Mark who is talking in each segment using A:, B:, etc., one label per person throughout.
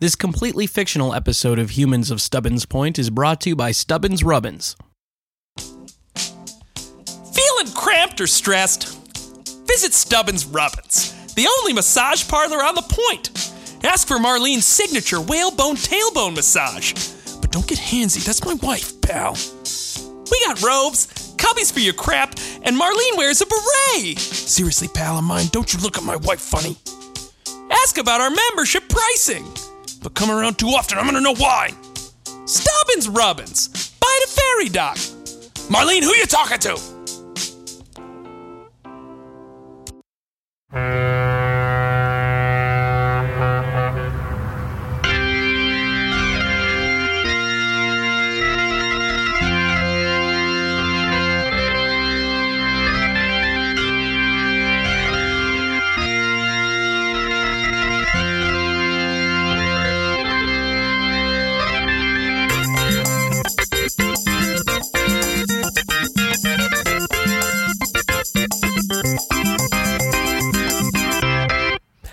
A: This completely fictional episode of Humans of Stubbins Point is brought to you by Stubbins Rubbins.
B: Feeling cramped or stressed? Visit Stubbins Rubbins, the only massage parlor on the point. Ask for Marlene's signature whalebone tailbone massage. But don't get handsy, that's my wife, pal. We got robes, cubbies for your crap, and Marlene wears a beret. Seriously, pal of mine, don't you look at my wife funny. Ask about our membership pricing. But come around too often, I'm gonna know why. Stubbins Rubbins, by the ferry dock. Marlene, who you talking to?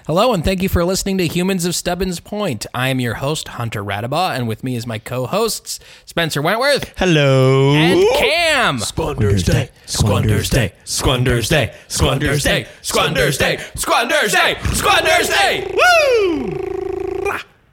A: Hello, and thank you for listening to Humans of Stubbins Point. I am your host, Hunter Radabaugh, and with me is my co hosts, Spencer Wentworth
C: Hello.
A: and Cam.
B: Squanders Day. Squanders Day. Squanders Day. Squanders Day. Squanders Day. Squanders Day. Squanders Day.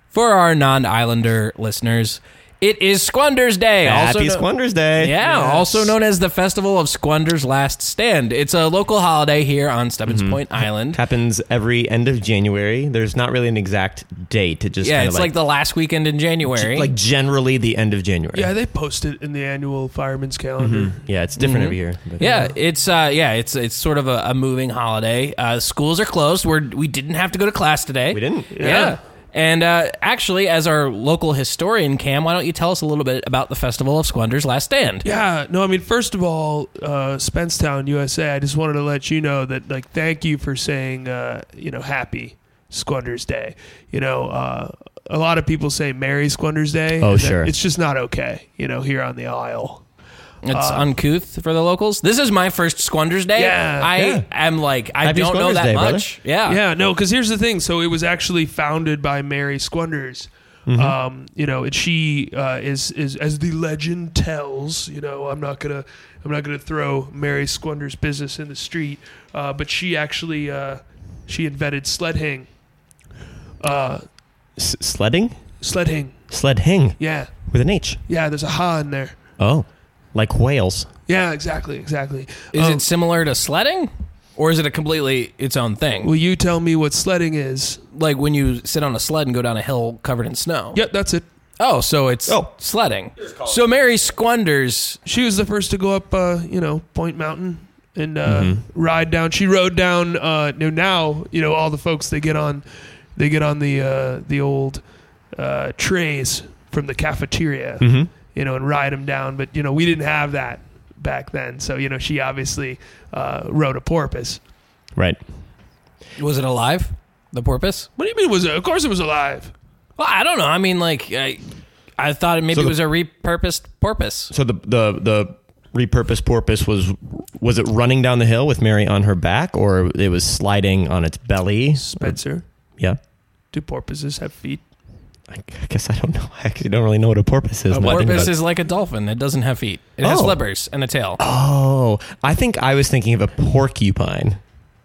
A: For our non Islander listeners, it is Squanders Day. also
C: Happy
A: kno-
C: Squanders Day.
A: Yeah, also known as the Festival of Squander's Last Stand. It's a local holiday here on Stubbins Point Island.
C: Happens every end of January. There's not really an exact date. It just
A: Yeah,
C: kinda
A: it's like, the last weekend in January.
C: like generally the end of January.
D: Yeah, they post it in the annual fireman's
B: Mm-hmm.
D: calendar.
C: Yeah, it's different every year. but-
A: yeah, it's uh, yeah, it's it's sort of a, a moving holiday. Uh, schools are closed. We're we didn't have to go to class today.
C: We didn't.
A: Yeah. And uh, actually, as our local historian, Cam, why don't you tell us a little bit about the Festival of Squander's Last Stand?
D: Yeah, no, I mean, first of all, uh, Spencetown, USA. I just wanted to let you know that, like, thank you for saying, uh, you know, happy Squanders Day. You know, uh, a lot of people say Merry Squanders Day.
C: Oh,
D: and that-
C: sure.
D: It's just not okay, you know, here on the Isle.
A: It's uncouth for the locals. This is my first Squander's Day.
D: Yeah.
A: I
C: Yeah.
A: am like I
C: Happy
A: don't know
C: Squander's
A: that
C: Day, brother.
A: much. Yeah,
D: Yeah, no, because here's the thing. So it was actually founded by Mary Squanders.
A: Mm-hmm.
D: Um, you know, and she uh, is is as the legend tells. You know, I'm not gonna I'm not gonna throw Mary Squanders' business in the street, uh, but she actually uh, she invented sled hang. Uh,
C: S- sledding?
D: sled hang.
C: Sled hang
D: Yeah,
C: with an H.
D: yeah. There's a ha in there.
C: Oh, like whales.
D: Yeah, exactly, exactly.
A: Is
D: Um,
A: it similar to sledding, or is it a completely its own thing?
D: Will you tell me what sledding is?
A: like when you sit on a sled and go down a hill covered in snow.
D: Yep, that's it.
A: Oh, so it's
C: Oh.
A: sledding. So Mary Squanders.
D: she was the first to go up, uh, you know, Point Mountain and uh, ride down. She rode down. Uh, now, now, you know, all the folks they get on, they get on the uh, the old uh, trays from the cafeteria, you know, and ride them down. But you know, we didn't have that back then, so you know, she obviously uh, rode a porpoise.
C: Right.
A: Was it alive? The porpoise?
D: What do you mean? Was it? Of course, it was alive.
A: Well, I don't know. I mean, like I, I thought maybe
C: So
A: it
C: the-
A: was a repurposed porpoise.
C: So the the the repurposed porpoise was was it running down the hill with Mary on her back or it was sliding on its belly?
D: Spencer,
C: Yeah.
D: do porpoises have feet?
C: I I guess I don't know. I actually don't really know what a porpoise is.
A: A
C: now Oh, I think about
A: porpoise
C: it.
A: is like a dolphin. It doesn't have feet. It has
C: Oh.
A: flippers and a tail.
C: Oh, I think I was thinking of a porcupine.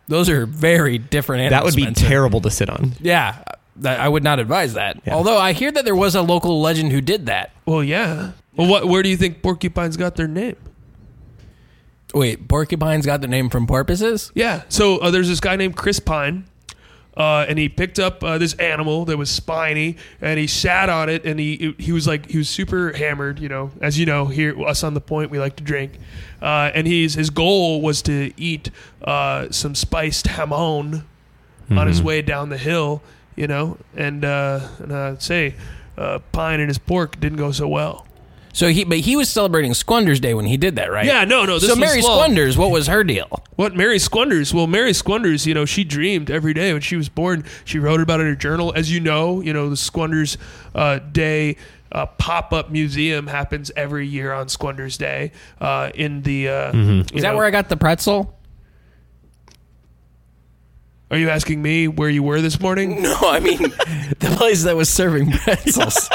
A: Those are very different
C: That would
A: animals.
C: be
A: Spencer.
C: terrible to sit on.
A: Yeah, that, I would not advise that. Although I hear that there was a local legend who did that.
D: Well, yeah. Well, what? Where do you think porcupines got their name?
A: Wait, porcupines got their name from porpoises?
D: Yeah. So uh, there's this guy named Chris Pine, uh, and he picked up uh, this animal that was spiny, and he sat on it, and he he was like he was super hammered, you know. As you know, here us on the point, we like to drink, uh, and he's his goal was to eat uh, some spiced hamon on his way down the hill, you know, and uh, and I'd say. Uh, Pine and his pork didn't go so well.
A: So he, but he was celebrating Squander's Day when he did that, right?
D: Yeah, no, no. This
A: so
D: was
A: Mary
D: slow.
A: Squanders, what was her deal?
D: What Mary Squanders? Well, Mary Squanders, you know, she dreamed every day when she was born. She wrote about it in her journal. As you know, you know, the Squanders uh, Day uh, pop up museum happens every year on Squanders Day uh, in the. Uh,
A: Is that where I got the pretzel?
D: Are you asking me where you were this morning?
A: No, I mean the place that was serving pretzels.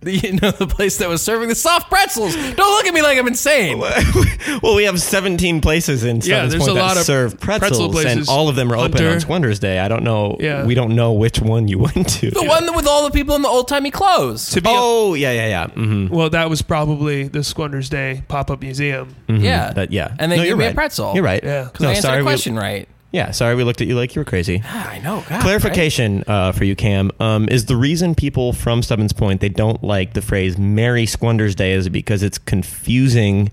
A: you know, the place that was serving the soft pretzels. Don't look at me like I'm insane.
C: well, we have 17 places in Stevens
D: there's
C: Point
D: a
C: that
D: lot of
C: serve pretzels,
D: pretzel places.
C: and all of them are open
D: Hunter.
C: on Squander's Day. I don't know.
D: Yeah.
C: We don't know which one you went to.
A: The one with all the people in the old timey clothes.
D: To be
C: oh, yeah, yeah, yeah. hmm
D: well, that was probably the Squander's Day pop up museum.
A: Yeah.
C: Mm-hmm. That, yeah.
A: And they
C: No,
A: gave
C: you're
A: me a
C: right.
A: pretzel.
C: You're right.
D: Yeah.
A: 'Cause I answered a question
C: We,
A: right.
C: yeah, sorry we looked at you like you were crazy.
A: Ah, I know. God, right?
C: Clarification uh, for you, Cam, um, is the reason people from Stubbins Point they don't like the phrase "Merry Squander's Day" is because it's confusing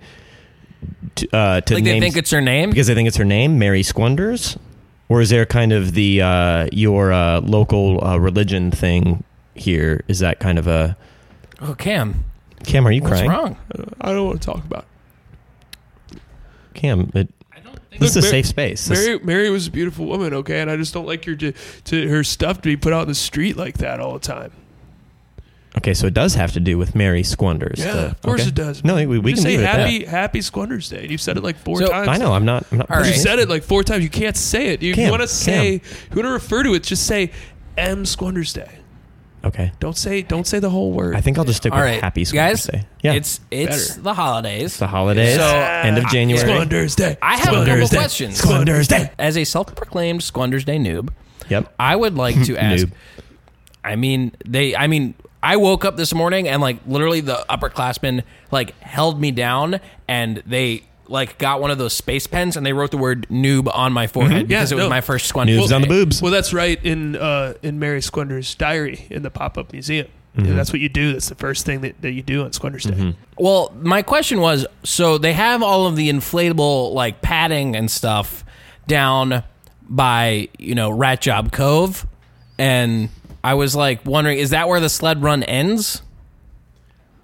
C: to, uh, to
A: Like they
C: names-
A: think it's her name.
C: because they think it's her name, Mary Squanders, or is there kind of the uh, your uh, local uh, religion thing here? Is that kind of a
A: oh, Cam,
C: Cam? Are you
A: what's
C: crying?
A: wrong?
D: I don't want to talk about.
C: Cam, it, this
D: Look,
C: is a
D: Mary-
C: safe space. This-
D: Mary, Mary was a beautiful woman, okay, and I just don't like your to, to her stuff to be put out in the street like that all the time.
C: okay, so it does have to do with Mary Squanders.
D: Yeah,
C: the-
D: of course
C: okay.
D: it does.
C: No, we, we
D: just
C: can
D: say
C: leave it at
D: happy Happy Squander's Day. You've said it like four
A: So-
D: times.
C: that. I know. I'm not. I'm not
A: All
D: You
A: right.
D: said it like four times. You can't say it. You,
C: Cam,
D: want to say,
C: Cam.
D: you want to refer to it. Just say M Squander's Day.
C: Okay.
D: Don't say don't say the whole word.
C: I think I'll just stick
A: All
C: with
A: right,
C: Happy
A: guys.
C: Squanders Day. Yeah,
A: it's it's
D: Better.
A: the holidays.
C: It's the holidays.
A: So- uh,
C: end of January.
D: Squander's Day.
A: I have a
D: Squander's
A: couple
D: Day.
A: questions.
D: Squander's Day.
A: As a self-proclaimed Squander's Day noob,
C: Yep.
A: I would like to ask.
C: Noob.
A: I mean, they. I mean, I woke up this morning and like literally the upperclassmen like held me down and they like got one of those space pens and they wrote the word noob on my forehead because
D: Yeah,
A: it was
D: no.
A: my first Squander's
C: Noobs
A: Day.
C: on the boobs.
D: Well, that's right in uh, in Mary Squander's diary in the pop up museum. You know,
C: Mm-hmm.
D: that's what you do. That's the first thing that, that you do on Squander's Day.
A: Well, my question was so they have all of the inflatable like padding and stuff down by, you know, Rat Job Cove and I was like wondering is that where the sled run ends?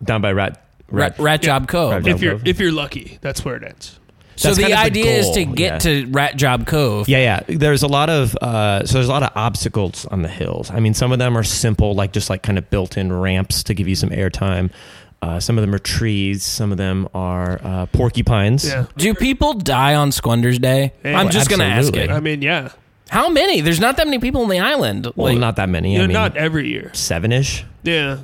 C: Down by Rat.
A: Rat, Rat Job Cove.
C: Rat Job.
D: If you're if you're lucky, that's where it ends.
A: So
C: That's
A: the
C: kind of the
A: idea is to
C: goal,
A: get
C: yeah.
A: to Rat Job Cove.
C: Yeah, yeah. There's a lot of uh, so there's a lot of obstacles on the hills. I mean, some of them are simple, like just like kind of built-in ramps to give you some airtime. Uh, some of them are trees. Some of them are uh, porcupines.
D: Yeah.
A: Do people die on Squander's Day?
D: Hey,
A: I'm just going to ask
C: absolutely.
A: it.
D: I mean, yeah.
A: How many? There's not that many people on the island.
C: Well,
A: like,
C: not that many.
D: You
C: I
D: know,
C: mean,
D: not
A: e-,
D: every year.
C: seven-ish,
D: Yeah.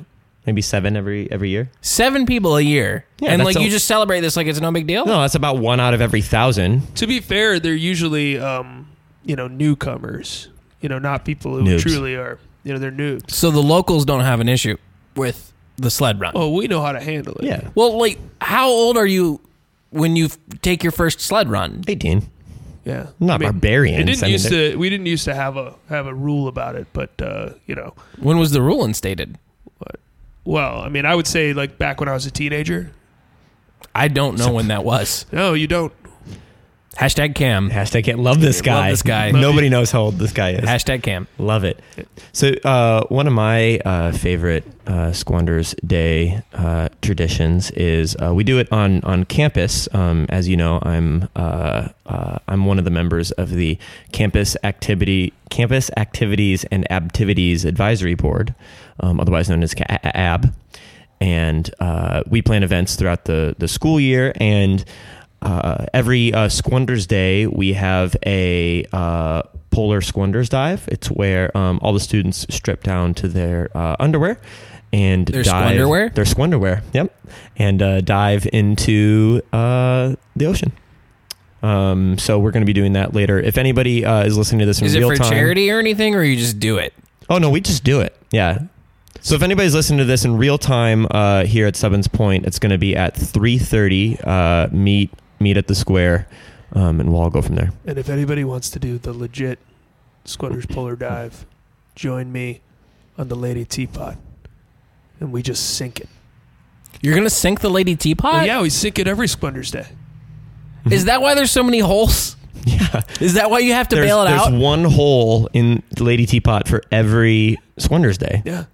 C: maybe seven every every year.
A: seven people a year.
C: Yeah,
A: and
C: that's
A: like you
C: a-
A: just celebrate this like it's no big deal?
C: No, that's about one out of every thousand.
D: To be fair, they're usually um, you know newcomers. You know, not people who
C: Noobs.
D: truly are. You know, they're noobs.
A: So the locals don't have an issue with the sled run.
D: Oh, we know how to handle it.
C: Yeah,
A: Well, like, how old are you when you f- take your first sled run?
C: eighteen.
D: yeah.
C: Not barbarians.
D: It didn't
C: I mean,
D: used
C: they're-
D: to. We didn't used to have a have a rule about it, but uh, you know,
A: When was the rule instated?
D: well, I mean, I would say like back when I was a teenager.
A: I don't know when that was.
D: No, you don't.
A: Hashtag Cam.
C: Hashtag can't love this guy.
A: this guy.
C: Nobody knows how old this guy is.
A: Hashtag Cam.
C: Love it. So, uh, one of my uh, favorite uh, Squander's Day uh, traditions is uh, we do it on on campus. Um, as you know, I'm uh, uh, I'm one of the members of the campus activity campus activities and activities advisory board, um, otherwise known as ca- a- a- AB, and uh, we plan events throughout the the school year and. Uh, every uh, Squander's Day, we have a uh, polar Squander's dive. It's where um, all the students strip down to their uh, underwear and
A: Their
C: dive
A: Squanderwear?
C: Their Squanderwear, yep, and uh, dive into uh, the ocean. Um, so we're going to be doing that later. If anybody uh, is listening to this in
A: Is it
C: real
A: for
C: time,
A: charity or anything, or you just do it?
C: Oh no, we just do it. Yeah. So if anybody's listening to this in real time uh, here at Stubbins Point, it's going to be at three thirty. Uh, meet meet at the square, um, and we'll all go from there.
D: And if anybody wants to do the legit Squatters Polar Dive, join me on the Lady Teapot. And we just sink it.
A: You're gonna sink the lady teapot?
D: Well, yeah, we sink it every Squatters Day.
A: Is that why there's so many holes?
C: Yeah.
A: Is that why you have to
C: There's,
A: bail it
C: there's
A: out?
C: one hole in Lady Teapot for every Squander's Day.
D: Yeah.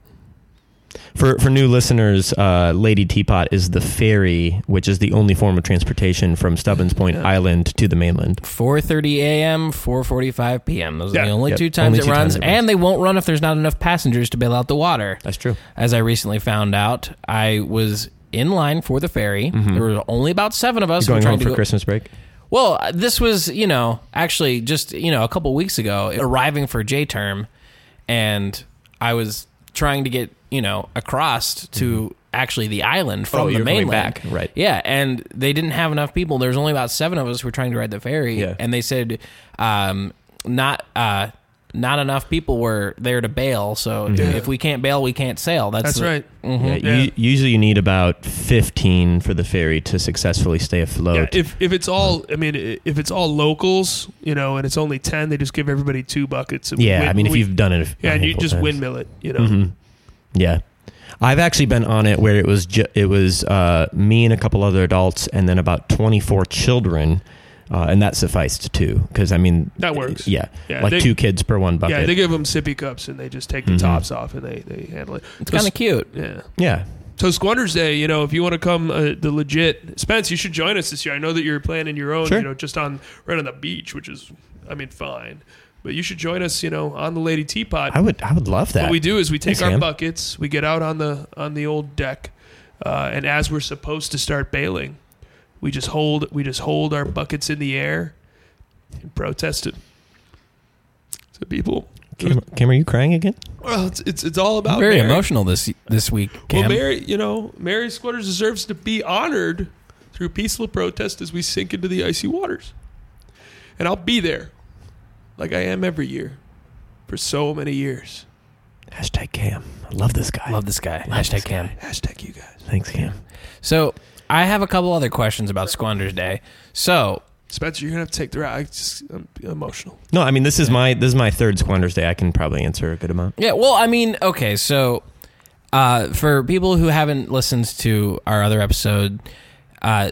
C: For for new listeners, uh, Lady Teapot is the ferry, which is the only form of transportation from Stubbins Point
D: Yeah.
C: Island to the mainland.
A: 4:30 a.m., 4:45 p.m. Those are
D: Yeah,
A: the only
C: yep.
A: two times
C: Only
A: it
C: two
A: runs,
C: times it runs.
A: and they won't run if there's not enough passengers to bail out the water.
C: That's true.
A: as I recently found out, I was in line for the ferry. There were only about seven of us who were
C: Mm-hmm. Going
A: trying
C: home
A: to
C: for
A: go-
C: Christmas break.
A: Well, this was, you know, actually just, you know, a couple weeks ago, arriving for J term, and I was trying to get, you know, across to actually the island from
C: Mm-hmm. Oh,
A: the
C: you were coming
A: mainland.
C: back, right.
A: Yeah, and they didn't have enough people. There was only about seven of us who were trying to ride the ferry,
C: Yeah.
A: and they said, um, not. Uh, not enough people were there to bail, so
C: Mm-hmm.
A: if we can't bail, we can't sail. That's,
D: That's
A: the-
D: right.
C: Yeah,
D: Yeah.
C: u- usually you need about 15 for the ferry to successfully stay
D: Yeah,
C: afloat.
D: if if it's all, I mean, i- if it's all locals, you know, and it's only ten, they just give everybody two buckets. Of
C: Yeah,
D: win-
C: I mean, if
D: we-
C: you've Mm-hmm, done it, a f-
D: yeah,
C: a
D: and you
C: handful
D: just
C: times.
D: windmill it, you know.
C: Yeah, I've actually been on it where it was ju- it was uh, me and a couple other adults, and then about 24 children, uh, and that sufficed too. Because I mean,
D: That works.
C: Yeah,
D: Yeah,
C: like
D: they-
C: two kids per one bucket.
D: Yeah, they give them sippy cups and they just take the
C: Mhm.
D: tops off and they they handle it.
A: It's kind of cute.
D: yeah.
C: yeah.
D: So Squanders Day, you know, if you want to come, uh, the legit Spence, you should join us this year. I know that you're planning your own,
C: Sure.
D: you know, just on right on the beach, which is, I mean, fine. But you should join us, you know, on the Lady Teapot.
C: I would I would love that.
D: What we do is we take
C: Thanks,
D: our
C: man.
D: buckets, we get out on the on the old deck, uh, and as we're supposed to start bailing, we just hold we just hold our buckets in the air and protest it. So people,
C: Kim, Kim, are you crying again?
D: well, it's it's, it's all about
A: Very
D: Mary.
A: emotional this this week, Cam.
D: Well, Mary, you know, Mary Squatters deserves to be honored through peaceful protest as we sink into the icy waters. And I'll be there, like I am every year, for so many years.
C: Hashtag Cam. I love this guy.
A: Love this guy. Hashtag Cam.
D: Hashtag you guys.
C: Thanks, Cam.
A: So I have a couple other questions about Squander's Day. So
D: Spencer, you're gonna have to take the ride. I just, I'm emotional.
C: No, I mean this is my this is my third Squanders Day. I can probably answer a good amount.
A: yeah, well, I mean, okay, so uh, for people who haven't listened to our other episode, uh,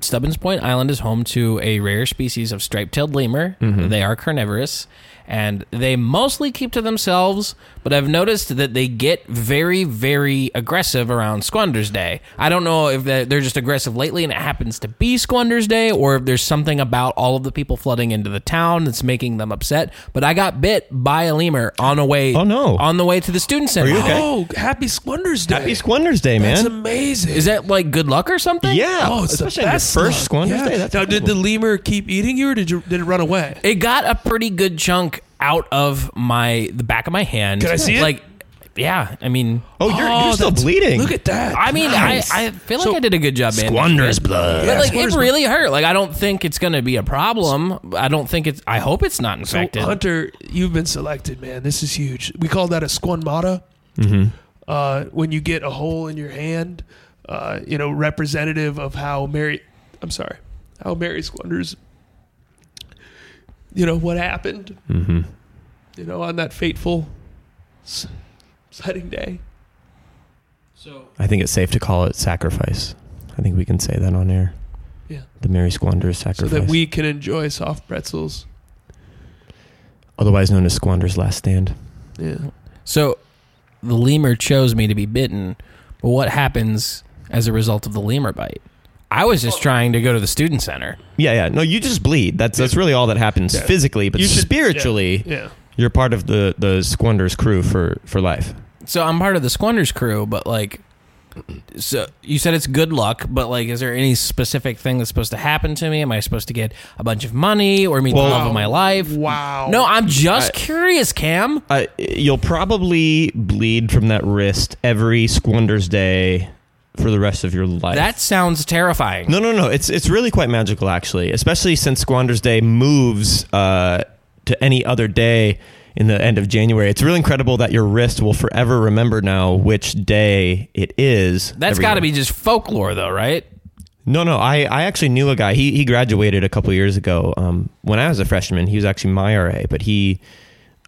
A: Stubbins Point Island is home to a rare species of striped-tailed lemur.
C: Mm-hmm.
A: They are carnivorous, and they mostly keep to themselves. But I've noticed that they get very, very aggressive around Squander's Day. I don't know if they're they're just aggressive lately, and it happens to be Squander's Day, or if there's something about all of the people flooding into the town that's making them upset. But I got bit by a lemur on a way.
C: Oh, no.
A: On the way to the student center.
C: you okay?
D: Oh, happy Squatters Day!
C: Happy Squanders Day,
D: That's
C: man.
D: amazing.
A: Is that like good luck or something?
C: yeah,
D: Oh, it's
C: especially
D: the
C: on your
D: best
C: first
D: luck.
C: Squanders
D: Yeah.
C: Day. That's
D: now, did
C: incredible.
D: the lemur keep eating you, or did you did it run away?
A: it got a pretty good chunk out of my the back of my hand.
D: Can I see it?
A: Like, yeah. I mean,
C: oh, you're, you're still
D: that's-
C: bleeding.
D: Look at that.
A: I mean,
D: Nice.
A: I, I feel like I did a good job, man.
C: Squander's blood.
A: But like, it
D: Squander's-
A: really hurt. Like, I don't think it's gonna be a problem. I don't think it's. I hope it's not
D: So
A: infected.
D: Hunter, you've been selected, man. This is huge. We call that a squamata.
C: Mm-hmm.
D: Uh, when you get a hole in your hand, uh, you know, representative of how Mary, I'm sorry, how Mary squanders. You know what happened.
C: Mm-hmm.
D: You know on that fateful, s- exciting day.
C: I think it's safe to call it sacrifice. I think we can say that on air.
D: Yeah.
C: The Mary Squander's
D: So
C: sacrifice,
D: that we can enjoy soft pretzels.
C: otherwise known as Squander's Last Stand.
D: Yeah.
A: so, the lemur chose me to be bitten. But what happens as a result of the lemur bite? I was just trying to go to the student center.
C: Yeah, yeah. No, you just bleed. That's that's really all that happens
D: Yeah.
C: physically, but
D: You should-
C: spiritually,
D: Yeah.
C: you're part of the the Squander's crew for for life.
A: So I'm part of the Squanders crew, but like, so you said it's good luck, but like, is there any specific thing that's supposed to happen to me? Am I supposed to get a bunch of money or meet
C: Well-
A: the love of my life?
D: Wow.
A: No, I'm just
C: I-
A: curious, Cam.
C: Uh, you'll probably bleed from that wrist every Squander's Day for the rest of your life.
A: That sounds terrifying.
C: No, no, no. It's it's really quite magical, actually, especially since Squander's Day moves uh, to any other day in the end of January. It's really incredible that your wrist will forever remember now which day it is.
A: That's
C: every
A: got to be
C: year.
A: just folklore, though, right?
C: No, no. I, I actually knew a guy. He he graduated a couple years ago. Um, when I was a freshman, he was actually my RA, but he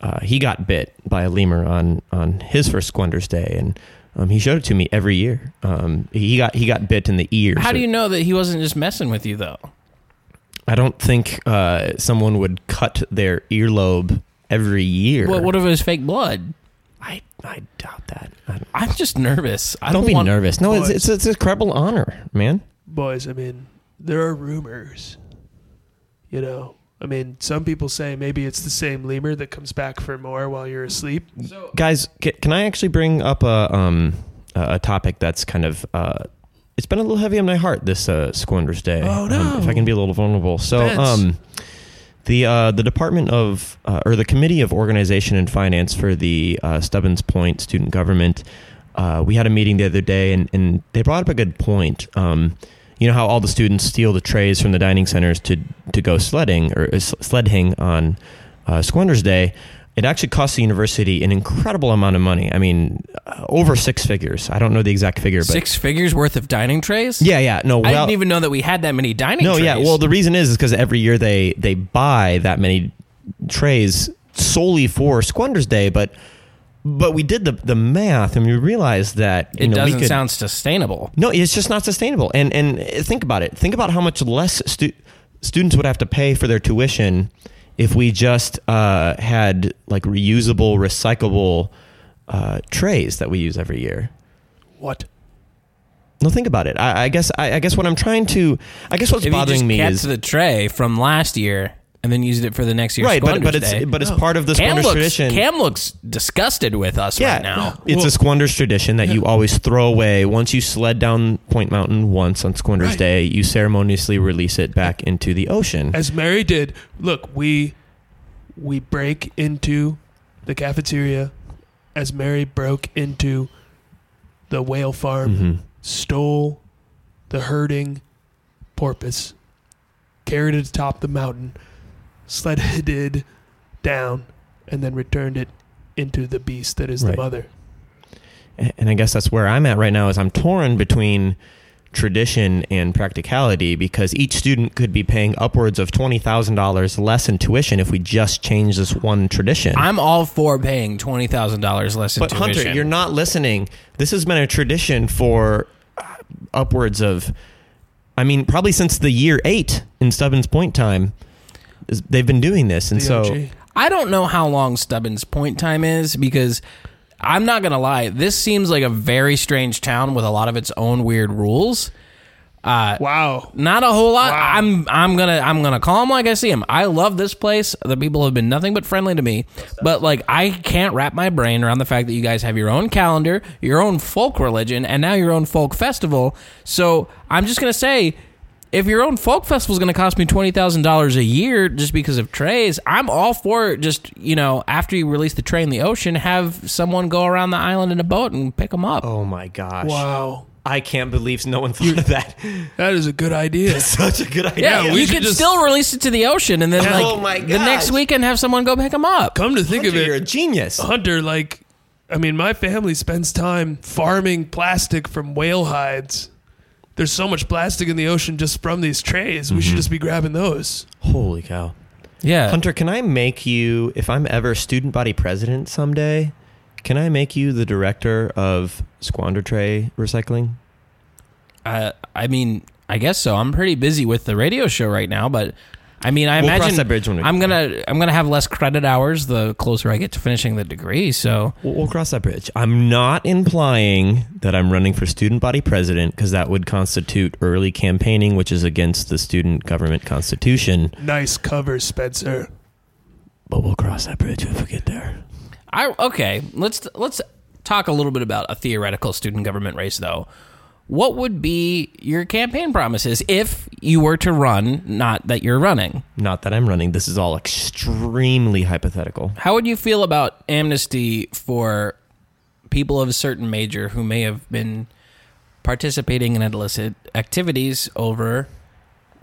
C: uh, he got bit by a lemur on on his first Squander's Day, and um, he showed it to me every year. Um, he got he got bit in the ear.
A: How
C: so-
A: do you know that he wasn't just messing with you, though?
C: I don't think uh, someone would cut their earlobe every year.
A: What, what if it was fake blood?
C: I, I doubt that. I don't,
A: I'm just nervous. I
C: don't,
A: don't,
C: be
A: want-
C: nervous. No, it's,
D: Boys.
C: it's, it's an incredible honor, man.
D: boys, I mean, there are rumors. You know, I mean, some people say maybe it's the same lemur that comes back for more while you're asleep.
C: Guys, ca- can I actually bring up a um a a topic that's kind of uh it's been a little heavy on my heart this uh, Squander's Day.
D: Oh, no.
C: Um, if I can be a little vulnerable. So
D: Vince.
C: um, the uh, the Department of uh, or the Committee of Organization and Finance for the uh, Stubbins Point Student Government. Uh, we had a meeting the other day, and, and they brought up a good point. Um, you know how all the students steal the trays from the dining centers to to go sledding or uh, sledding on uh, Squander's Day. It actually costs the university an incredible amount of money. I mean, uh, over six figures. I don't know the exact figure, but
A: Six figures worth of dining trays?
C: yeah, yeah, no,
A: I
C: well-
A: didn't even know that we had that many dining
C: no,
A: trays.
C: yeah. Well, the reason is is because every year they they buy that many trays solely for Squander's Day, but but we did the the math and we realized that you
A: it
C: know, we
A: doesn't
C: could-
A: sound sustainable.
C: no, it's just not sustainable. And and think about it. Think about how much less stu- students would have to pay for their tuition if we just uh, had like reusable, recyclable uh, trays that we use every year.
D: What?
C: No, think about it. I, I guess I, I guess what I'm trying to I guess what's
A: If you
C: bothering
A: just
C: me
A: kept
C: is
A: the tray from last year and then used it for the next year's
C: right, but but
A: Squander's
C: it's
A: Day-
C: but
D: Oh.
C: it's part of the
A: Cam
C: Squander's
A: looks,
C: tradition.
A: Cam looks disgusted with us
C: yeah,
A: right now.
C: it's
D: Well-
C: a Squander's tradition that you always throw away once you sled down Point Mountain once on Squander's
D: Right.
C: Day. You ceremoniously release it back into the ocean.
D: As Mary did. Look, we we break into the cafeteria as Mary broke into the whale farm,
C: Mhm.
D: stole the herding porpoise, carried it atop the mountain, sledded it down, and then returned it into the beast that is
C: Right.
D: the mother.
C: and I guess that's where I'm at right now is I'm torn between tradition and practicality because each student could be paying upwards of twenty thousand dollars less in tuition if we just change this one tradition.
A: I'm all for paying twenty thousand dollars less in
C: but
A: tuition.
C: Hunter, you're not listening. This has been a tradition for uh, upwards of, I mean, probably since the year eight in Stubbins Point time. is- They've been doing this, and
D: The
C: so
D: OG.
A: I don't know how long Stubbins' point time is because I'm not gonna lie. This seems like a very strange town with a lot of its own weird rules.
D: Wow.
A: Not a whole lot.
D: Wow.
A: I'm I'm gonna I'm gonna call them like I see them. I love this place. The people have been nothing but friendly to me. But like I can't wrap my brain around the fact that you guys have your own calendar, your own folk religion, and now your own folk festival. So I'm just gonna say, if your own folk festival is gonna cost me twenty thousand dollars a year just because of trays, I'm all for just you know after you release the tray in the ocean, have someone go around the island in a boat and pick them up.
C: oh my gosh,
D: Wow.
C: I can't believe no one thought of that.
D: That is a good idea.
C: Such a good idea.
A: Yeah,
D: we
A: you
D: should
A: could
D: just-
A: still release it to the ocean, and then like
C: Oh my
A: the next
C: gosh.
A: weekend have someone go pick them up.
D: Come to think
C: Hunter,
D: of it,
C: you're a genius.
D: Hunter, like, I mean, my family spends time farming plastic from whale hides. There's so much plastic in the ocean just from these trays. We should just be grabbing those.
C: Holy cow,
A: Yeah,
C: Hunter! Can I make you, if I'm ever student body president someday, can I make you the director of Squander Tray Recycling?
A: I, I mean, I guess so. I'm pretty busy with the radio show right now, but I mean, I
C: We'll cross
A: imagine
C: that bridge when we
A: I'm
C: get
A: gonna I'm gonna have less credit hours the closer I get to finishing the degree. So
C: We'll, we'll cross that bridge. I'm not implying that I'm running for student body president because that would constitute early campaigning, which is against the student government constitution.
D: Nice cover, Spencer.
C: But we'll cross that bridge if we get there.
A: I okay. Let's let's talk a little bit about a theoretical student government race, though. What would be your campaign promises if you were to run? Not that you're running.
C: Not that I'm running. This is all extremely hypothetical.
A: How would you feel about amnesty for people of a certain major who may have been participating in illicit activities over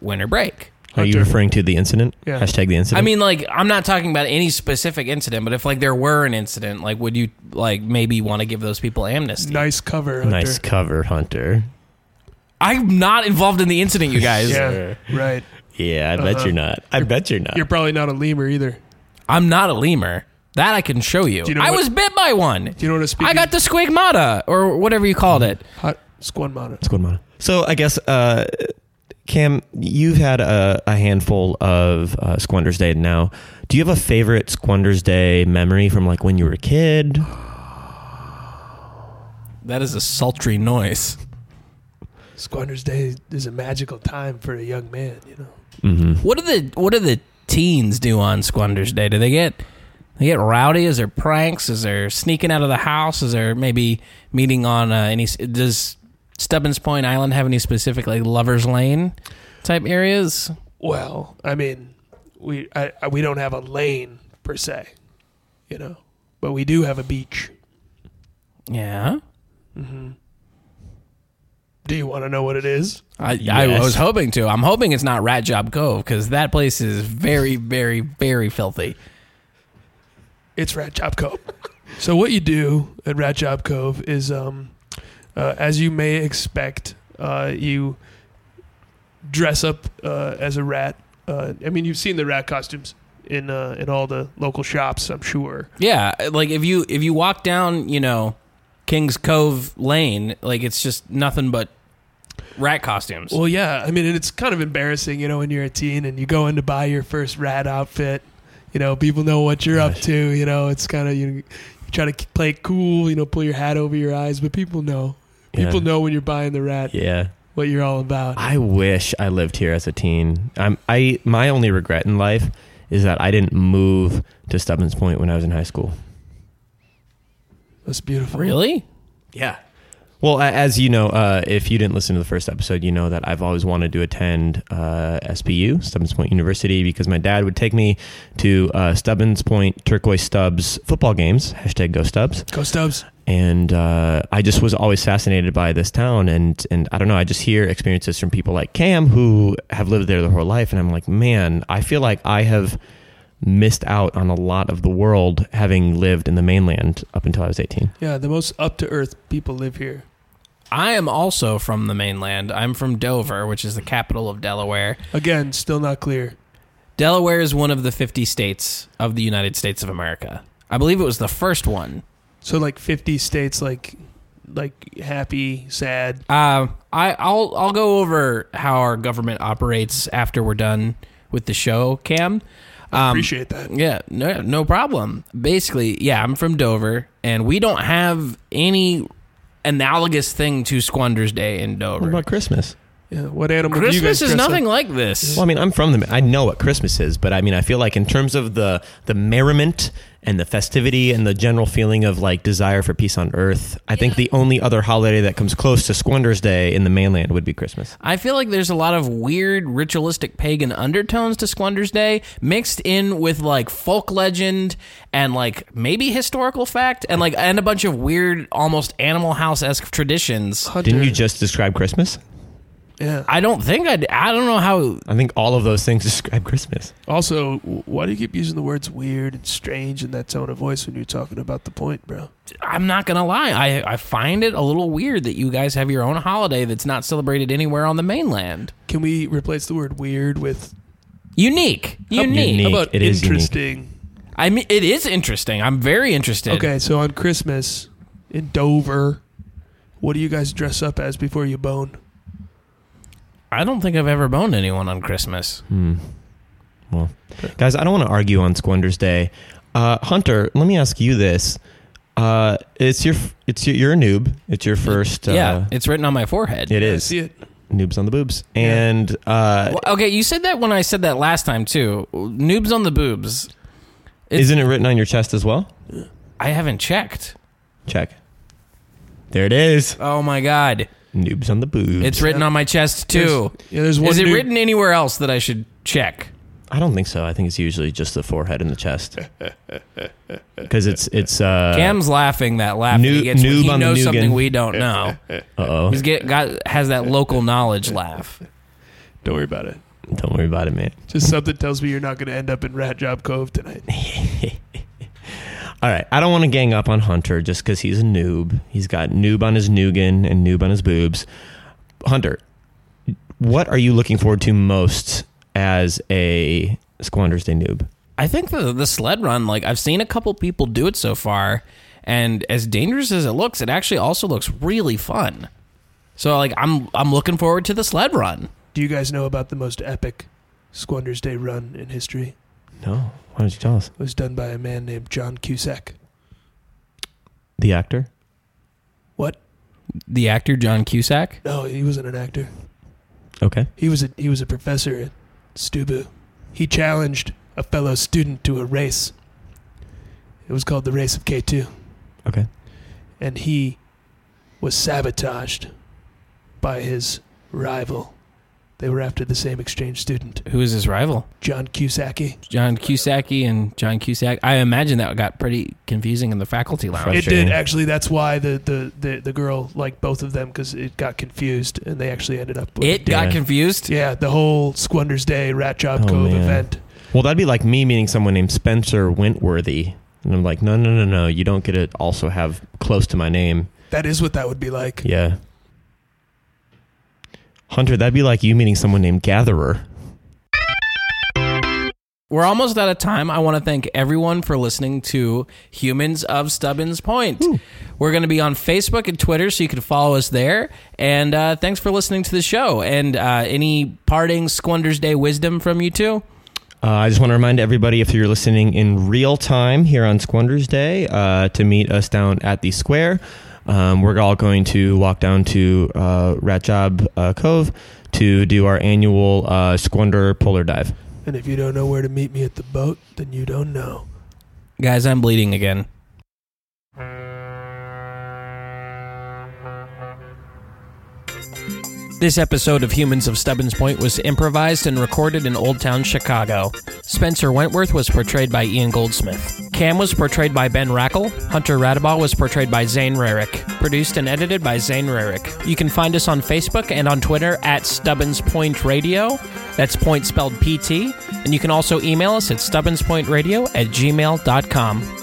A: winter break?
C: Are you
D: Hunter.
C: referring to the incident?
D: Yeah.
C: Hashtag the incident.
A: I mean, like, I'm not talking about any specific incident, but if like there were an incident, like, would you like maybe want to give those people amnesty?
D: Nice cover, Hunter.
C: nice cover, Hunter.
A: I'm not involved in the incident, you guys.
D: Yeah, right.
C: Yeah, I
D: Uh-huh.
C: bet you're not. I bet you're not.
D: You're probably not a lemur either.
A: I'm not a lemur. That I can show you.
D: you know
A: I
D: what-
A: was bit by one.
D: Do you know what a speaking?
A: I got the squigmata or whatever you called it.
D: hot squad monitor.
C: Squad Mono. So I guess, uh, Cam, you've had a, a handful of uh, Squander's Day now. Do you have a favorite Squander's Day memory from like when you were a kid?
A: That is a sultry noise.
D: Squander's Day is a magical time for a young man. You know,
A: What do the what do the teens do on Squander's Day? Do they get they get rowdy? Is there pranks? Is there sneaking out of the house? Is there maybe meeting on uh, any? Does Stubbins Point Island have any specific like lovers lane type areas?
D: Well, I mean, we I, I, we don't have a lane per se, you know, but we do have a beach.
A: Yeah.
D: Do you want to know what it is?
A: I, I
C: Yes.
A: was hoping to. I'm hoping it's not Rat Job Cove because that place is very, very, very filthy.
D: It's Rat Job Cove. so what you do at Rat Job Cove is, um, uh, as you may expect, uh, you dress up uh, as a rat. Uh, I mean, you've seen the rat costumes in uh, in all the local shops, I'm sure.
A: Yeah, like if you if you walk down, you know, Kings Cove Lane, like it's just nothing but rat costumes.
D: Well, yeah. I mean, and it's kind of embarrassing, you know, when you're a teen and you go in to buy your first rat outfit. You know, people know what you're up to. You know, it's kind of you, you try to k- play it cool. You know, pull your hat over your eyes, but people know. People
C: Yeah.
D: know when you're buying the rat
C: Yeah.
D: what you're all about.
C: I wish I lived here as a teen. I'm I my only regret in life is that I didn't move to Stubbins Point when I was in high school.
D: That's beautiful.
A: really?
C: Yeah. Well, a- as you know, uh, if you didn't listen to the first episode, you know that I've always wanted to attend uh, SPU, Stubbins Point University, because my dad would take me to uh, Stubbins Point Turquoise Stubbs football games, hashtag go Stubbs.
D: Go Stubbs.
C: And uh, I just was always fascinated by this town. And, and I don't know, I just hear experiences from people like Cam who have lived there their whole life. And I'm like, man, I feel like I have missed out on a lot of the world having lived in the mainland up until I was 18.
D: Yeah, the most up to earth people live here.
A: I am also from the mainland. I'm from Dover, which is the capital of Delaware.
D: Again, still not clear.
A: Delaware is one of the 50 states of the United States of America. I believe it was the first one.
D: So like 50 states, like like happy, sad.
A: Uh, I, I'll I'll go over how our government operates after we're done with the show, Cam. Um,
D: Appreciate that.
A: Yeah, no, no problem. Basically, yeah, I'm from Dover, and we don't have any analogous thing to Squander's Day in
C: What
A: Dover.
C: about Christmas?
D: Yeah. What animal? do you guys
A: Christmas is
D: dress up?
A: nothing like this.
C: Well, I mean, I'm from the. I know what Christmas is, but I mean, I feel like in terms of the the merriment and the festivity and the general feeling of like desire for peace on earth, I think the only other holiday that comes close to Squander's Day in the mainland would be Christmas.
A: I feel like there's a lot of weird ritualistic pagan undertones to Squander's Day mixed in with like folk legend and like maybe historical fact and like and a bunch of weird almost animal house esque traditions.
D: Hunter.
C: Didn't you just describe Christmas?
D: Yeah.
A: I don't think I'd, I don't know how
C: I think all of those things describe Christmas.
D: Also, w- why do you keep using the words weird and strange in that tone of voice when you're talking about the point, bro?
A: I'm not gonna lie. I I find it a little weird that you guys have your own holiday that's not celebrated anywhere on the mainland.
D: Can we replace the word weird with
A: Unique, unique.
C: Unique.
D: how about
C: It is unique.
D: interesting?
A: I mean, it is interesting. I'm very interested.
D: Okay, so on Christmas in Dover, what do you guys dress up as before you bone?
A: I don't think I've ever boned anyone on Christmas.
C: Hmm. Well, guys, I don't want to argue on Squander's Day. Uh, Hunter, let me ask you this: uh, It's your, f- it's your, you're a noob. It's your first. Uh,
A: yeah, it's written on my forehead.
C: it
D: I
C: is
D: see it.
C: noobs on the boobs,
D: Yeah.
C: and uh,
A: Well, okay, you said that when I said that last time too. Noobs on the boobs. It's-
C: Isn't it written on your chest as well?
A: I haven't checked.
C: Check. There it is.
A: Oh my god,
C: Noobs on the boobs.
A: it's written on my chest too.
D: There's- yeah, there's one.
A: Is it
D: dude-
A: written anywhere else that I should check?
C: I don't think so. I think it's usually just the forehead and the chest. Because it's it's uh
A: Cam's laughing that laugh
C: Noob-
A: he gets when
C: noob
A: he
C: on the
A: knows
C: Nugan.
A: something we don't know.
C: oh
A: He's get got has that local knowledge laugh.
D: Don't worry about it.
C: don't worry about it, man.
D: Just something tells me you're not going to end up in Rat Job Cove tonight.
C: All right, I don't want to gang up on Hunter just because he's a noob. He's got noob on his nougan and noob on his boobs. Hunter, what are you looking forward to most as a Squander's Day noob?
A: I think the the sled run, like I've seen a couple people do it so far, and as dangerous as it looks, it actually also looks really fun. So like I'm I'm looking forward to the sled run.
D: Do you guys know about the most epic Squander's Day run in history?
C: No, why don't you tell us?
D: It was done by a man named John Cusack.
C: The actor?
D: What?
A: The actor John Cusack.
D: No, he wasn't an actor.
C: Okay.
D: He was a he was a professor at Stubu. He challenged a fellow student to a race. It was called the race of K two,
C: Okay.
D: and he was sabotaged by his rival. They were after the same exchange student,
A: Who is his rival?
D: John Cusacki.
A: John Cusack and John Cusack. I imagine that got pretty confusing in the faculty lounge.
D: It
C: Frustrating.
D: did actually. That's why the, the, the, the girl liked both of them because it got confused, and they actually ended up. With
A: It got
C: Yeah.
A: confused.
D: yeah, the whole Squander's Day Rat Job
C: Oh,
D: Cove
C: man.
D: event.
C: Well, that'd be like me meeting someone named Spencer Wentworthy. And I'm like, no, no, no, no. You don't get to also have close to my name.
D: That is what that would be like.
C: Yeah. Hunter, that'd be like you meeting someone named Gatherer.
A: We're almost out of time. I want to thank everyone for listening to Humans of Stubbins Point. We're going to be on Facebook and Twitter, so you can follow us there. And uh, thanks for listening to the show. And uh, any parting Squander's Day wisdom from you two?
C: Uh, I just want to remind everybody if you're listening in real time here on Squander's Day uh, to meet us down at the square. Um, we're all going to walk down to uh, Rat Job uh, Cove to do our annual uh, Squander Polar Dive.
D: And if you don't know where to meet me at the boat, then you don't know.
A: Guys, I'm bleeding again. This episode of Humans of Stubbins Point was improvised and recorded in Old Town Chicago. Spencer Wentworth was portrayed by Ian Goldsmith. Cam was portrayed by Ben Rackle. Hunter Radabaugh was portrayed by Zane Rarick. Produced and edited by Zane Rarick. You can find us on Facebook and on Twitter at Stubbins Point Radio. That's point spelled PT. And you can also email us at stubbinspointradio at gmail.com.